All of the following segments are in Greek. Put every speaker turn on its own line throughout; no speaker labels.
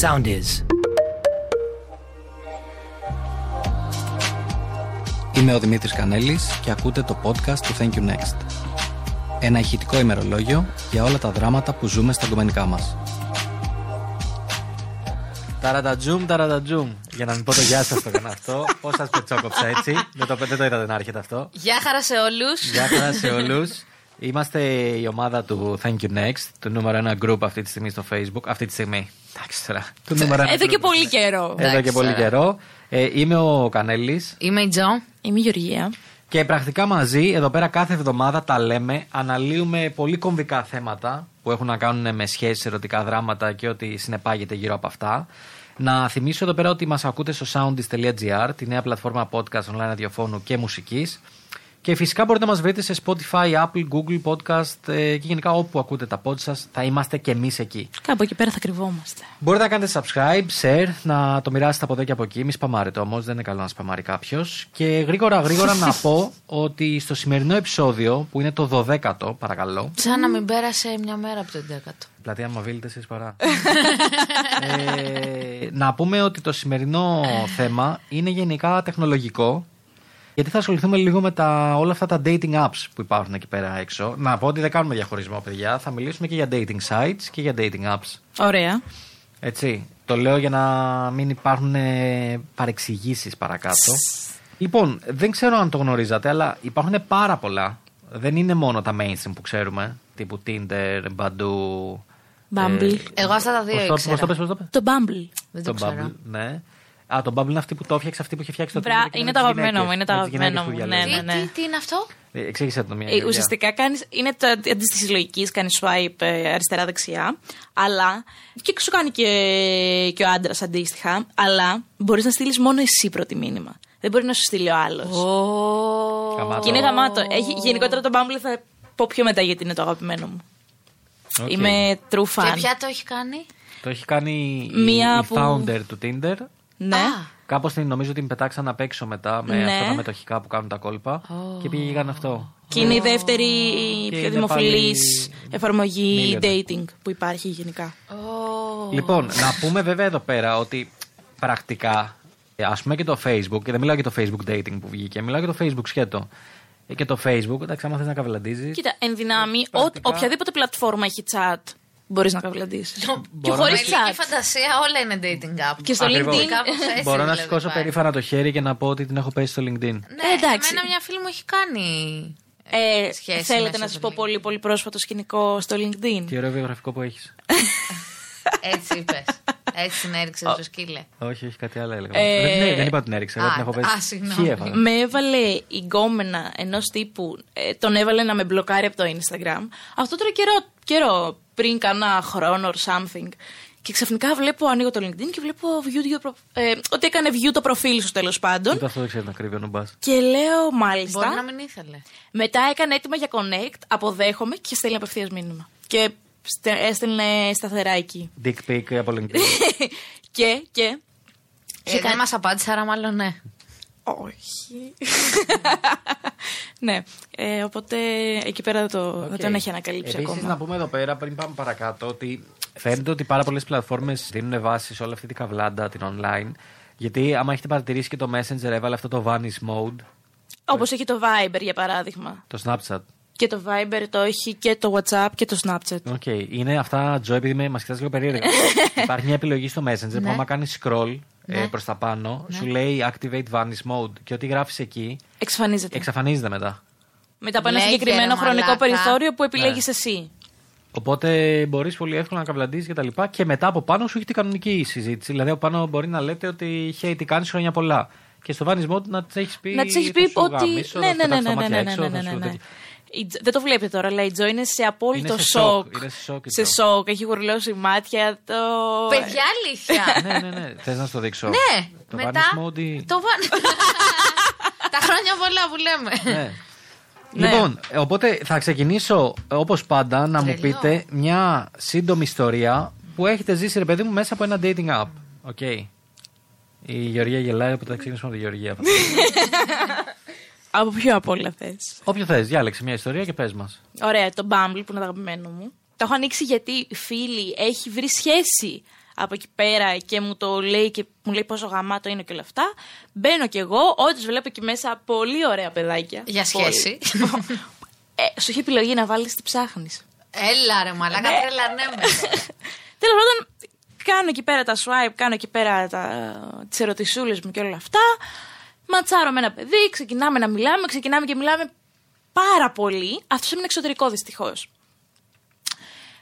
sound is.
Είμαι ο Δημήτρης Κανέλης και ακούτε το podcast του Thank You Next. Ένα ηχητικό ημερολόγιο για όλα τα δράματα που ζούμε στα κομμενικά μας.
Ταραντατζούμ, ταραντατζούμ. Για να μην πω το γεια σας το έκανα αυτό. Πώς σας πετσόκοψα έτσι. δεν, το, δεν το είδατε να έρχεται αυτό.
Γεια χαρά σε όλους.
Γεια χαρά σε όλους. Είμαστε η ομάδα του Thank You Next, του νούμερο 1 group αυτή τη στιγμή στο Facebook. Αυτή τη στιγμή. Εντάξει τώρα. Του νούμερο ένα
Εδώ και
group.
πολύ καιρό.
Εδώ και πολύ καιρό. Ε, είμαι ο Κανέλης.
Είμαι η Τζο.
Είμαι η Γεωργία.
Και πρακτικά μαζί, εδώ πέρα κάθε εβδομάδα τα λέμε, αναλύουμε πολύ κομβικά θέματα που έχουν να κάνουν με σχέσεις, ερωτικά δράματα και ό,τι συνεπάγεται γύρω από αυτά. Να θυμίσω εδώ πέρα ότι μας ακούτε στο soundis.gr, τη νέα πλατφόρμα podcast online ραδιοφώνου και μουσικής. Και φυσικά μπορείτε να μας βρείτε σε Spotify, Apple, Google Podcast ε, και γενικά όπου ακούτε τα pod σας θα είμαστε και εμείς εκεί.
Κάπου εκεί πέρα θα κρυβόμαστε.
Μπορείτε να κάνετε subscribe, share, να το μοιράσετε από εδώ και από εκεί. Μη σπαμάρετε όμως, δεν είναι καλό να σπαμάρει κάποιος. Και γρήγορα, γρήγορα να πω ότι στο σημερινό επεισόδιο, που είναι το 12ο, παρακαλώ. δηλαδή
Σαν να μην πέρασε μια μέρα από τον 11ο.
Πλατεία μου αβίλετε εσείς παρά. ε, να πούμε ότι το σημερινό θέμα είναι γενικά τεχνολογικό. Γιατί θα ασχοληθούμε λίγο με τα, όλα αυτά τα dating apps που υπάρχουν εκεί πέρα έξω. Να πω ότι δεν κάνουμε διαχωρισμό, παιδιά. Θα μιλήσουμε και για dating sites και για dating apps.
Ωραία.
Έτσι. Το λέω για να μην υπάρχουν ε, παρεξηγήσεις παρακάτω. Λοιπόν, δεν ξέρω αν το γνωρίζατε, αλλά υπάρχουν πάρα πολλά. Δεν είναι μόνο τα mainstream που ξέρουμε, τύπου Tinder, Badoo...
Bumble.
Εγώ αυτά τα δύο
Πώς το-
ήξερα.
πώς το πες, πώς το πες?
Το Bumble.
Δεν το
Το
ξέρω.
Bumble, ναι. Α, το Bumble είναι αυτή που το έφτιαξε, αυτή που είχε φτιάξει το
Μπρα-
Tinder. και
είναι
με
το
τις
αγαπημένο
γυναίκες,
μου, είναι το
με τις γυναίκες
αγαπημένο
που
μου,
διαλέγουν.
ναι, ναι.
Τι, τι είναι αυτό?
Ε, Εξήγησε το μία.
Ε,
Γεωργία.
ουσιαστικά κάνεις, είναι το αντίστοιχη της λογικής, κάνεις swipe ε, αριστερά-δεξιά, αλλά. και σου κάνει και, και ο άντρας αντίστοιχα, αλλά μπορείς να στείλεις μόνο εσύ πρώτη μήνυμα. Δεν μπορεί να σου στείλει ο άλλος.
Γαμάτο.
Και είναι γαμάτο. Έχει, γενικότερα το Bumble θα πω πιο μετά γιατί είναι το αγαπημένο μου.
Οκ.
Είμαι true
Και
fan.
ποια το έχει κάνει?
Το έχει κάνει η-
Μία
η
που-
founder του Tinder.
Ναι.
Α,
Κάπως την νομίζω την πετάξαν απ' έξω μετά με
Ναι.
αυτά τα μετοχικά που κάνουν τα κόλπα. Και πήγε και έκανε αυτό.
Και είναι η δεύτερη
Και
πιο
είναι
δημοφιλής
πάλι
εφαρμογή
millionaire.
dating που υπάρχει γενικά.
Λοιπόν, να πούμε βέβαια εδώ πέρα ότι πρακτικά, ας πούμε και το Facebook, και δεν μιλάω για το Facebook dating που βγήκε, μιλάω για το Facebook σχέτο. Ε, Και το Facebook, εντάξει, άμα θες να καβελαντίζει.
Κοίτα, εν
Ε,
δυνάμει, ο- οποιαδήποτε πλατφόρμα έχει chat μπορείς να καβλαντήσεις. Και
μπορώ
χωρί
με λίγη
chat.
φαντασία όλα είναι dating app.
Και στο
Ακριβώς.
LinkedIn.
Κάπως έτσι
Μπορώ να
δηλαδή
σηκώσω
πάει.
περήφανα το χέρι και να πω ότι την έχω πέσει στο LinkedIn.
Ναι,
Ε, εντάξει.
Εμένα μια φίλη μου έχει κάνει.
Ε,
Σχέση
θέλετε
μέσα
να
στο
σας πω
LinkedIn.
πολύ, πολύ πρόσφατο σκηνικό στο LinkedIn.
Τι ωραίο βιογραφικό που έχεις.
Έτσι είπες. Έτσι συνέριξε το σκύλε.
όχι, όχι, κάτι άλλο έλεγα.
Ε,
δεν, ναι, δεν είπα την έριξα, εγώ
α,
την έχω
α,
πέσει.
συγγνώμη.
Χι έβαλα.
Με έβαλε η γκόμενα ενός τύπου, ε, τον έβαλε να με μπλοκάρει από το Instagram. Αυτό τώρα καιρό, καιρό πριν κανένα χρόνο or something. Και ξαφνικά βλέπω, ανοίγω το LinkedIn και βλέπω view, το προ- ε, ότι έκανε view το προφίλ σου τέλος πάντων.
Ούτε αυτό δεν ξέρει να κρύβει ο νουμπάς.
Και λέω μάλιστα.
Μπορεί να μην ήθελε.
Μετά έκανε έτοιμα για connect, αποδέχομαι και στέλνει απευθείας μήνυμα. Και στε- έστελνε σταθερά εκεί.
Dick pic από LinkedIn.
και, και.
Ε, δεν μας απάντησε, άρα μάλλον ναι.
Όχι. ναι. Ε, οπότε εκεί πέρα το, δεν τον έχει ανακαλύψει
Επίσης, ναι.
ακόμα.
να πούμε εδώ πέρα, πριν πάμε παρακάτω, ότι φαίνεται ότι πάρα πολλές πλατφόρμες δίνουν βάση σε όλη αυτή την καβλάντα, την online. Γιατί άμα έχετε παρατηρήσει και το Messenger έβαλε αυτό το Vanish Mode,
Όπως έχει το Viber για παράδειγμα.
το Snapchat.
Και το Viber το έχει και το WhatsApp και το Snapchat.
Οκ, είναι αυτά, Τζο, επειδή μας κοιτάς λίγο περίεργα. Υπάρχει μια επιλογή στο Messenger που άμα κάνεις scroll ε, προς τα πάνω, σου λέει Activate Vanish Mode. Και ό,τι γράφεις εκεί
Ναι. Εξαφανίζεται.
εξαφανίζεται μετά.
Μετά από ένα
Λέγε, ρε,
συγκεκριμένο χρονικό
μαλάκα.
περιθώριο που επιλέγεις εσύ.
Οπότε μπορείς πολύ εύκολα να καβλαντήσει και τα λοιπά. Και μετά από πάνω σου έχει την κανονική συζήτηση. Δηλαδή από πάνω μπορεί να λέτε ότι hey, τι κάνεις χρόνια πολλά. Και στο βανισμό του να τη έχεις πει.
να τη έχει
«Θα
πει
σου
ότι.
γαμίσω, θα
Ναι,
σου
ναι,
πετάξω
ναι,
τα
ναι,
μάτια
ναι, ναι, ναι,
έξω, θα
ναι, ναι,
σου
ναι.
τέτοιο».
Η Τζο- Δεν το βλέπετε τώρα, αλλά η Τζο είναι σε απόλυτο
Είναι σε σοκ,
σοκ.
είναι σε σοκ η
Σε
Τζο.
σοκ, έχει γουρλώσει μάτια. Το...
Παιδιά, αλήθεια.
Ναι, ναι, ναι. Θες να σου το δείξω.
Ναι,
το
μετά.
βανισμό ότι.
Το βαν- Τα χρόνια πολλά που λέμε.
Ναι.
Ναι.
Λοιπόν, ε, οπότε θα ξεκινήσω όπως πάντα να μου
Τρελό.
πείτε μια σύντομη ιστορία που έχετε ζήσει, ρε παιδί μου, μέσα από ένα dating app. Οκ. Η Γεωργία γελάει, οπότε θα ξεκινήσουμε από τη Γεωργία.
Από ποιο από όλα θες.
Όποιο θες, διάλεξε μια ιστορία και πες μας.
Ωραία, το Bumble που είναι το αγαπημένο μου. Το έχω ανοίξει γιατί φίλη έχει βρει σχέση από εκεί πέρα και μου το λέει και μου λέει πόσο γαμάτο είναι και όλα αυτά. Μπαίνω κι εγώ, όντως βλέπω εκεί μέσα πολύ ωραία παιδάκια.
Για
Πολύ.
σχέση.
ε, σου είχε επιλογή να βάλεις τι ψάχνεις.
Έλα ρε μαλάκα,
Ναι.
ναι, τρελανέμαι.
Τέλος πάντων, κάνω εκεί πέρα τα swipe, κάνω εκεί πέρα τα... τις ερωτησούλες μου και όλα αυτά. Ματσάρω με ένα παιδί, ξεκινάμε να μιλάμε, ξεκινάμε και μιλάμε πάρα πολύ. Αυτός έμεινε εξωτερικό δυστυχώς.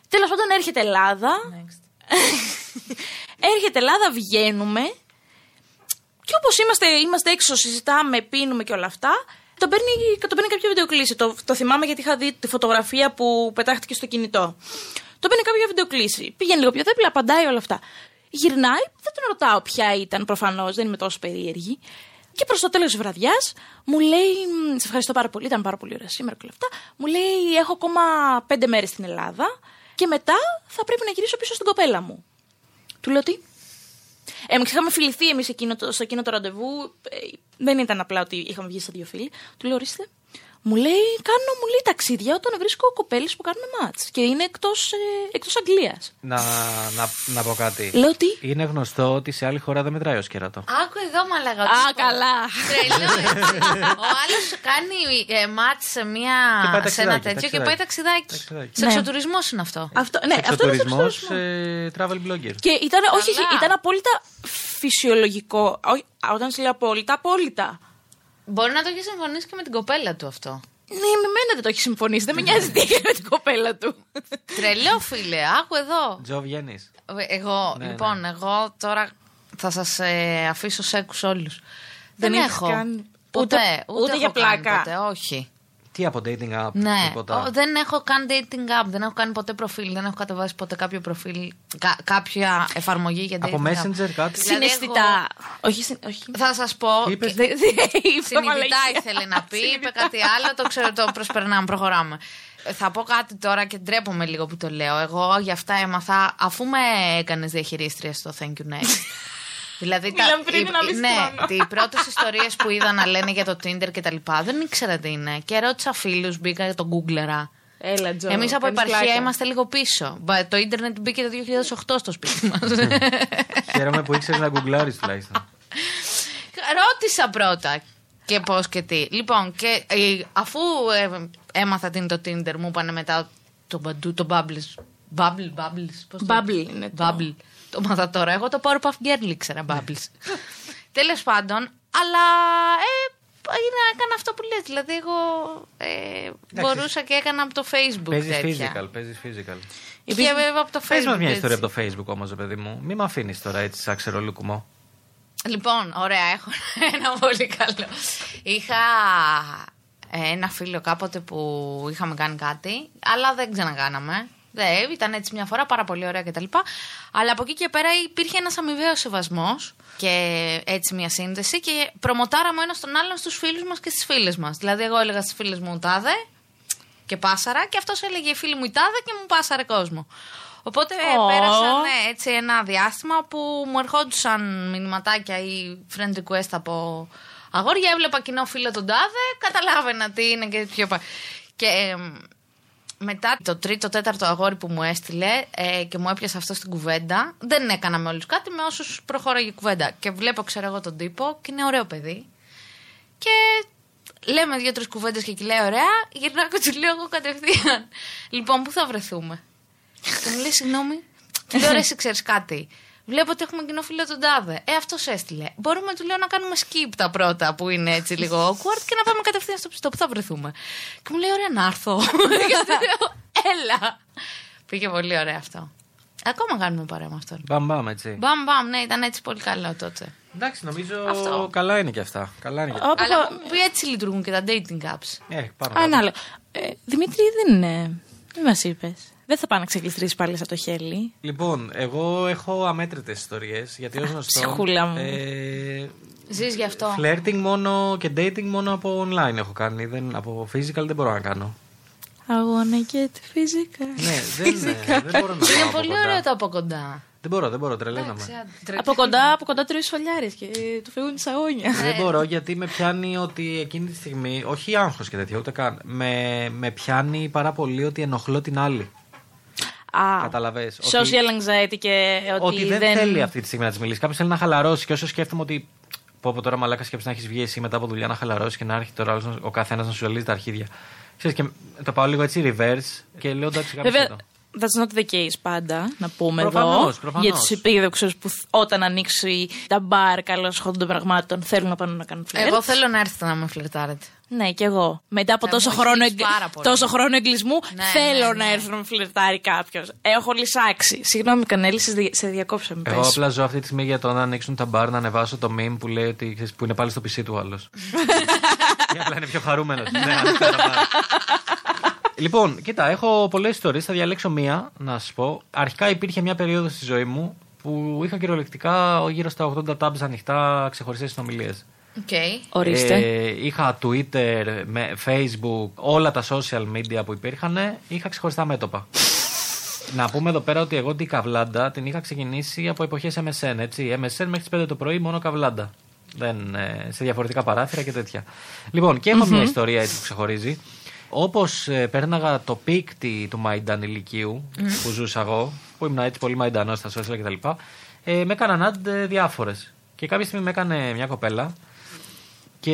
Τέλος πάντων, έρχεται Ελλάδα.
Next.
έρχεται Ελλάδα, βγαίνουμε. Και όπως είμαστε, είμαστε έξω, συζητάμε, πίνουμε και όλα αυτά. Τον παίρνει, τον παίρνει κάποια βιντεοκλήση. Το, το θυμάμαι γιατί είχα δει τη φωτογραφία που πετάχτηκε στο κινητό. Τον παίρνει κάποια βιντεοκλήση. Πηγαίνει λίγο πιο δίπλα, απαντάει όλα αυτά. Γυρνάει, δεν τον ρωτάω ποια ήταν προφανώς, δεν είμαι τόσο περίεργη. Και προς το τέλος της βραδιάς μου λέει: «Μ, Σε ευχαριστώ πάρα πολύ, ήταν πάρα πολύ ωραία σήμερα και όλα αυτά. Μου λέει: Έχω ακόμα πέντε μέρες στην Ελλάδα και μετά θα πρέπει να γυρίσω πίσω στην κοπέλα μου. Του λέω τι. Ε, είχαμε φιληθεί εμείς στο εκείνο το ραντεβού. Ε, δεν ήταν απλά ότι είχαμε βγει στα δύο φίλοι. Του λέω, ορίστε. Μου λέει, κάνω μου λέει ταξίδια όταν βρίσκω κοπέλες που κάνουν μάτς Και είναι εκτός ε, εκτός Αγγλίας.
Να, να, να πω κάτι.
Λέω τι.
Είναι γνωστό ότι σε άλλη χώρα δεν μετράει ω κέρατο.
Άκου εδώ μαλάκα.
Α,
τίποτα.
καλά.
Τρελός, έτσι. Ο άλλος κάνει ε, μάτ σε, μια,
Και πάει
σε ένα
ταξιδάκι,
τέτοιο και
ταξιδάκι.
πάει ταξιδάκι.
Ταξιδάκι. Ναι.
Σεξοτουρισμό είναι αυτό.
Αυτό, ναι, αυτό είναι
Εξωτουρισμό,
το
ε, travel blogger.
Και ήταν, όχι, όχι,
Καλά.
ήταν απόλυτα φυσιολογικό. Όχι, α, όταν σου λέω απόλυτα, απόλυτα.
Μπορεί να το έχει συμφωνήσει και με την κοπέλα του αυτό.
Ναι, με μένα δεν το έχει συμφωνήσει. Δεν με νοιάζει τι έκανε με την κοπέλα του.
Τρελό, φίλε. Άκου εδώ.
Τζο βγαίνεις.
Ε, Εγώ,
Ναι,
λοιπόν, εγώ τώρα θα σας αφήσω σέκους όλους. Δεν,
έχεις
έχω.
κάνει.
Ποτέ,
Ούτε-
ούτε,
ούτε για
έχω κάνει
πλάκα.
Ποτέ, όχι.
Τι από dating app,
Ναι,
τίποτα.
Ο, δεν έχω καν dating app, δεν έχω κάνει ποτέ προφίλ, δεν έχω κατεβάσει ποτέ κάποιο προφίλ, κα- κάποια εφαρμογή για dating
Από
app.
Messenger κάτι.
Δηλαδή,
Συναισθητά. Όχι, συν- όχι.
Θα σας πω.
Είπες-
και-
Δε- δε- είπα
Συνειδητά
μαλακία.
ήθελε να πει, είπε
Συνειδητά.
κάτι άλλο, το ξέρω, το προσπερνάμε, προχωράμε. Ε, Θα πω κάτι τώρα και ντρέπομαι λίγο που το λέω. Εγώ για αυτά έμαθα αφού με έκανες διαχειρίστρια στο Thank you Next. δηλαδή,
Μιλάμε πριν
οι-
ένα μισό χρόνο.
ναι, οι πρώτες ιστορίες που είδα να λένε για το Tinder και τα λοιπά δεν ήξερα τι είναι. Και ρώτησα φίλους, μπήκα τον Googlera.
Έλα, Τζο.
Εμείς από
κάνεις
επαρχία
πλάκα.
είμαστε λίγο πίσω. Μπα- Το ίντερνετ μπήκε το 2008 στο σπίτι μας.
Χαίρομαι που ήξερες να γκουγκλάρεις τουλάχιστον.
Ρώτησα πρώτα και πώς και τι. Λοιπόν, και, ε, αφού ε, έμαθα τι είναι το Tinder, μου είπανε μετά το μπαντού, το Bubbles. Bubble, Bubbles. Πώς το-
Bubble είναι το-
Bubble. Το μάθα τώρα. Εγώ το Powerpuff Girl ήξερα, Bubbles. Τέλος πάντων, αλλά ε, είναι, έκανα αυτό που λες. Δηλαδή, εγώ ε, μπορούσα και έκανα από το Facebook
Παίζεις
τέτοια.
physical, παίζεις physical.
Και βέβαια από το
Πες
Facebook.
μας μια
έτσι.
ιστορία από το Facebook όμως, παιδί μου. Μην με αφήνεις τώρα έτσι σαν ξερολούκουμο.
Λοιπόν, ωραία, έχω ένα πολύ καλό. Είχα ε, ένα φίλο κάποτε που είχαμε κάνει κάτι, αλλά δεν ξανακάναμε. Δεν, ήταν έτσι μια φορά πάρα πολύ ωραία κτλ. Αλλά από εκεί και πέρα υπήρχε ένας αμοιβαίος σεβασμός και έτσι μια σύνδεση και προμοτάραμε ένας τον άλλον στους φίλους μας και στις φίλες μας. Δηλαδή, εγώ έλεγα στις φίλες μου τάδε και πάσαρα και αυτός έλεγε φίλη μου η τάδε και μου πάσαρε κόσμο. Οπότε
Ω.
oh. πέρασαν ναι, έτσι ένα διάστημα που μου ερχόντουσαν μηνυματάκια ή friend request από αγόρια. Έβλεπα κοινό φίλο τον τάδε, καταλάβαινα τι είναι και πιο πάει. Και εμ, μετά το τρίτο, τέταρτο αγόρι που μου έστειλε ε, και μου έπιασε αυτό στην κουβέντα, δεν έκανα με όλους κάτι, με όσους προχώραγε η κουβέντα. Και βλέπω, ξέρω εγώ, τον τύπο και είναι ωραίο παιδί. Και λέμε δύο-τρει κουβέντες και κυλάει ωραία. Γυρνάω και του λέω εγώ κατευθείαν. Λοιπόν, πού θα βρεθούμε. και μου λέει, συγγνώμη. Του λέω, ρε, εσύ ξέρεις κάτι. Βλέπω ότι έχουμε κοινό φίλο τον Τάδε. Ε, αυτός έστειλε. Μπορούμε, του λέω, να κάνουμε skip τα πρώτα που είναι έτσι λίγο awkward και να πάμε κατευθείαν στο πιστό. Πού θα βρεθούμε. Και μου λέει, ωραία, να έρθω. και του λέω, έλα. Πήγε πολύ ωραία αυτό. Ακόμα κάνουμε παρέα με αυτόν.
Ναι.
Μπαμ μπαμ, έτσι.
Μπαμ, μπαμ, ναι, ήταν έτσι πολύ καλό τότε.
Εντάξει, νομίζω
Αυτό.
καλά είναι και αυτά. Καλά είναι και αυτά.
Όπα,
Αλλά που έτσι λειτουργούν και τα dating apps.
Ε, πάμε.
Ανάλογα. Ε, Δημήτρη, δεν είναι. Δεν μας είπες. Δεν θα πάω να ξεκλειστρήσει πάλι σαν το χέλι.
Λοιπόν, εγώ έχω αμέτρητες ιστορίες. Γιατί ως γνωστό.
ψυχούλα μου.
Ε,
Ζεις γι' αυτό.
flirting μόνο και dating μόνο από online έχω κάνει. Δεν, από physical δεν μπορώ να κάνω.
Αγώνα και τη φυσικά.
ναι, δεν, ε, δεν μπορώ να κάνω.
Είναι
από
πολύ
κοντά.
ωραίο το από κοντά.
Δεν μπορώ, δεν μπορώ, τρελαίνομαι.
από κοντά, από κοντά τρώει φωλιάρε και ε, του φεύγουν οι σαγόνια.
ε,
Δεν μπορώ γιατί με πιάνει ότι εκείνη τη στιγμή, όχι άγχος και τέτοια, ούτε καν. Με, με πιάνει πάρα πολύ ότι ενοχλώ την άλλη.
Α,
Καταλαβες, ότι-
Social anxiety και ε, ότι,
Ότι, δεν, θέλει αυτή τη στιγμή να της μιλήσει. Κάποιος θέλει να χαλαρώσει. Και όσο σκέφτομαι ότι. Πω από τώρα μαλάκα σκέψη να έχεις βγει εσύ μετά από δουλειά να χαλαρώσεις και να έρχεται τώρα ο άλλος να- ο καθένας να σου ζαλίζει τα αρχίδια. Ξέρεις, και τα πάω λίγο έτσι reverse και λέω εντάξει κάποιος.
Βέβαια, that's not the case πάντα, να πούμε εδώ.
Προφανώς, προφανώς.
Για τους επίδοξους που θ- όταν ανοίξει τα μπαρ καλώς χόντων των πραγμάτων θέλουν να πάνε να κάνουν φλερτ.
Εγώ θέλω να έρθετε να με φλερτάρετε.
Ναι, κι εγώ. Μετά από
Ε,
τόσο
μου
χρόνο,
έχεις
εγκλ-
πάρα πολύ.
τόσο χρόνο εγκλισμού,
Ναι,
θέλω
ναι, ναι.
να έρθω να με φλερτάρει κάποιος. Έχω λυσάξει. Συγγνώμη, Κανέλη, σε δι- σε διακόψα με
Εγώ
πες.
απλά ζω αυτή τη στιγμή για το να ανοίξουν τα μπαρ να ανεβάσω το meme που λέει ότι ξέρεις, που είναι πάλι στο πισί του ο άλλος. Και απλά είναι πιο χαρούμενος. ναι, ανοιχτά τα μπαρ. λοιπόν, κοίτα, έχω πολλές ιστορίες. Θα διαλέξω μία να σας πω. Αρχικά υπήρχε μια περίοδος στη ζωή μου που είχα κυριολεκτικά γύρω στα 80 tabs ανοιχτά ξεχωριστές συνομιλίες.
Οκ.
Ορίστε.
Ε, είχα Twitter, με- Facebook, όλα τα social media που υπήρχαν, ε, είχα ξεχωριστά μέτωπα. Να πούμε εδώ πέρα ότι εγώ την καβλάντα την είχα ξεκινήσει από εποχές MSN, έτσι. MSN μέχρι τις 5 το πρωί μόνο καβλάντα. Δεν, ε, σε διαφορετικά παράθυρα και τέτοια. Λοιπόν, και εχω μια ιστορία έτσι που ξεχωρίζει. Όπως πέρναγα το πικ τη- του Μαϊντάν ηλικίου που ζούσα εγώ, που ήμουν έτσι πολύ Μαϊντανός στα social κτλ., ε, με έκαναν ad διάφορες. Και κάποια στιγμή με έκανε μια κοπέλα και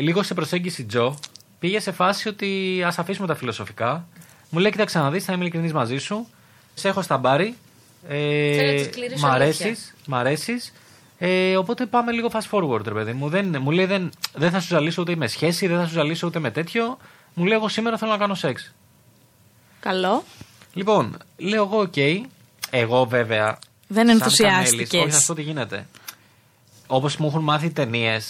λίγο σε προσέγγιση Τζο, πήγε σε φάση ότι ας αφήσουμε τα φιλοσοφικά. Μου λέει: Κοίταξε να δεις, θα είμαι ειλικρινής μαζί σου. Σε έχω στα μπάρι.
Θέλω
Ε,
τη σκληρή
μ'
σου
αρέσει.
αλήθεια.
Μ' αρέσεις. Ε, οπότε πάμε λίγο fast forward, ρε παιδί μου. Δεν, μου λέει: δεν, δεν θα σου ζαλίσω ούτε με σχέση, δεν θα σου ζαλίσω ούτε με τέτοιο. Μου λέει: Εγώ σήμερα θέλω να κάνω σεξ.
Καλό.
Λοιπόν, λέω εγώ: Οκ. Εγώ βέβαια.
Δεν
σαν
ενθουσιάστηκες.
Κανέλης, Όχι, να σου πω τι γίνεται. Όπως μου έχουν μάθει ταινίες,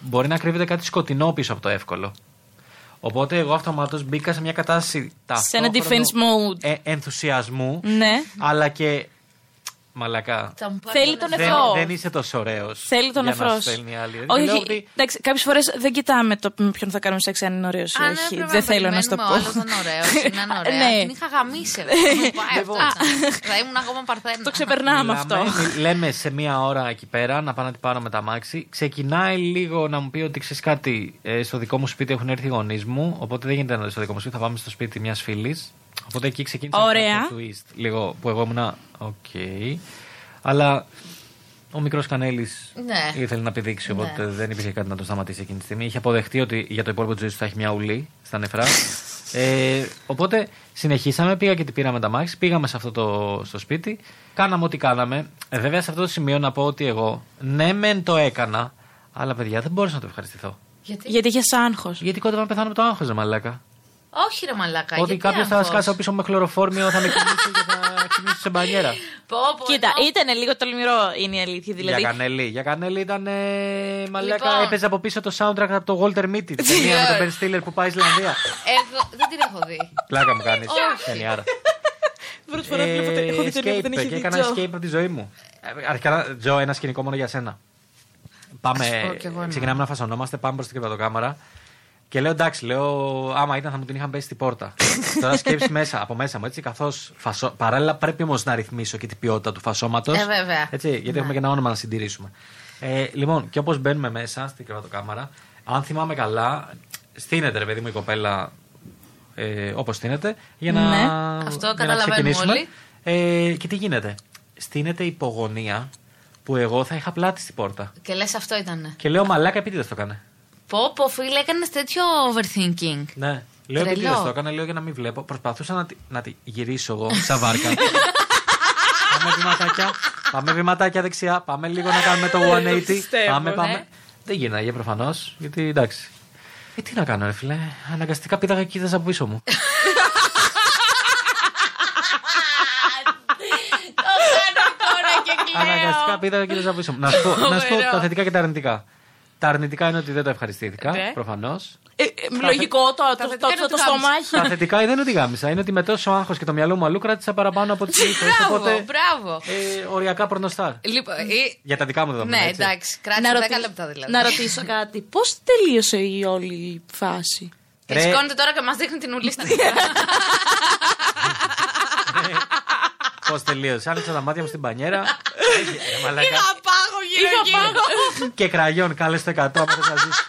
μπορεί να κρύβεται κάτι σκοτεινό πίσω από το εύκολο. Οπότε εγώ αυτομάτως μπήκα σε μια κατάσταση.
Σε ένα
ταυτόχρονου
defense mode.
ε- ενθουσιασμού,
Ναι.
αλλά και. Μαλακά.
Θα μου πάρει
Θέλει
το
τον
Δεν,
εφρό.
δεν είσαι τόσο ωραίος.
Θέλει τον εφρό.
Όχι,
Όχι, εντάξει, κάποιες φορές δεν κοιτάμε το με ποιον θα κάνουμε σεξ, αν είναι ωραίος ή
Αν
όχι.
έπρεπε
Δεν θέλω να σου το
ναι,
πω.
περιμένουμε όλος να είναι ωραίος, να είναι ωραία.
Ναι.
Την είχα γαμίσει. εγώ. Μου πάει
Λοιπόν.
αυτό, ξανά. Θα ήμουν ακόμα παρθένα.
Το ξεπερνάμε αυτό.
λέμε σε μία ώρα εκεί πέρα να πάω να την πάρω με τα μάξι. Ξεκινάει λίγο να μου πει ότι ξέρεις κάτι. ε, στο δικό μου σπίτι έχουν έρθει οι γονείς μου. Οπότε δεν γίνεται να δω στο δικό μου σπίτι. Θα πάμε στο σπίτι μιας φίλης. Οπότε εκεί ξεκίνησε
Ωραία.
το twist. Λίγο που εγώ ήμουνα. Οκ. Αλλά ο μικρός Κανέλης
Ναι.
ήθελε να πηδήξει. Οπότε δεν υπήρχε κάτι να το σταματήσει εκείνη τη στιγμή. Είχε αποδεχτεί ότι για το υπόλοιπο της ζωής του θα έχει μια ουλή στα νεφρά. ε, οπότε συνεχίσαμε, πήγα και την πήραμε τα μάξι, πήγαμε σε αυτό το στο σπίτι, κάναμε ό,τι κάναμε. Ε, βέβαια σε αυτό το σημείο να πω ότι εγώ, ναι, μεν το έκανα, αλλά παιδιά δεν μπορούσα να το ευχαριστηθώ.
Γιατί...
Γιατί είχες άγχος.
Γιατί κόντευα να πεθάνω από το άγχος, μαλάκα.
Όχι ρε μαλάκα.
ότι κάποιος θα σκάσει από πίσω μου με χλωροφόρμιο, θα με κοιμήσει και θα κοιμήσει σε μπανιέρα.
Κοίτα, ήταν λίγο τολμηρό είναι η
Για
αλήθεια. Δηλαδή,
Κανέλη. Για Κανέλη ήταν. ε, μαλάκα,
Λοιπόν.
έπαιζε από πίσω το soundtrack από το Walter Mitty. Την ταινία με τον Ben Stiller που πάει Ισλανδία.
Εγώ δεν την έχω δει.
Πλάκα μου κάνεις.
Όχι.
Ταινιάρα.
πρώτη φορά βλέπω τε- έχω δει ταινία που δεν
Ε, escape,
έχει
και
δει.
έκανα
Τζο.
escape από τη ζωή μου. Ε, Αρχικά, Τζο, ένα σκηνικό μόνο για σένα.
Ας πω
Πάμε,
κι
ναι.
εγώ ένα.
ξεκινάμε να φασωνόμαστε, πάμε προς την κρυβατοκάμαρα. Και λέω εντάξει, λέω άμα ήταν θα μου την είχαν πέσει στην πόρτα. Τώρα σκέψη μέσα, από μέσα μου έτσι, καθώς παράλληλα πρέπει όμως να ρυθμίσω και την ποιότητα του φασώματος.
Ε, βέβαια.
Έτσι, γιατί
Ναι.
έχουμε και ένα όνομα να συντηρήσουμε. Ε, λοιπόν, και όπως μπαίνουμε μέσα στην κρεβατοκάμαρα, αν θυμάμαι καλά, στείνεται ρε παιδί μου η κοπέλα ε, όπως στείνεται, για να,
Ναι.
Αυτό
για να
καταλαβαίνουμε
ξεκινήσουμε.
όλοι.
Ε, και τι γίνεται. Στείνεται υπογωνία που εγώ θα είχα πλάτη στην πόρτα.
Και λες αυτό ήταν.
Και λέω μαλάκα επίτηδε το έκανε.
Πω πω φίλε, έκανες τέτοιο overthinking.
Ναι. Λέω
Τρελό.
επίτηδε το έκανα, λέω για να μην βλέπω. Προσπαθούσα να τη, να τη γυρίσω εγώ σαν βάρκα. πάμε βηματάκια. Πάμε βηματάκια δεξιά. Πάμε λίγο να κάνουμε το 180.
πιστεύω,
πάμε,
ναι.
πάμε. Δεν γίναγε προφανώς. Γιατί εντάξει. Ε, τι να κάνω, ρε φιλέ. Αναγκαστικά πήδαγα και κοίταζα από πίσω μου.
Το κάνω τώρα και
Αναγκαστικά πήδαγα και κοίταζα από πίσω μου. Να σου πω, να σου πω τα θετικά και τα αρνητικά. Τα αρνητικά είναι ότι δεν το ευχαριστήθηκα,
Ναι.
προφανώς.
Ε, ε, Λογικό το- το-
θετικά είναι
το-
ότι
το
κάνεις.
στομάχι.
τα θετικά δεν είναι ότι γάμισα. Είναι ότι με τόσο άγχος και το μυαλό μου αλλού κράτησα παραπάνω από τις ήθελε.
Μπράβο,
Οπότε
μπράβο.
ε, οριακά πορνοστάρ.
Λοιπόν, ή-
Για τα δικά μου δεδομένα.
ναι,
έτσι.
εντάξει,
ε- Να
κράτησε 10
ρωτήσω-
λεπτά δηλαδή.
Να ρωτήσω κάτι. Πώς τελείωσε η όλη φάση.
Τη
Ρε.
σηκώνεται τώρα και μας δείχνει την ουλή στα
Πώς τελείωσε. Άνοιξα τα μάτια μου στην πανιέρα. Ε, μαλάκα.
πάγο
Είχα πάγο.
Ε,
Ε, και κραγιόν, κάλε το 100 άμα θες να ζήσεις.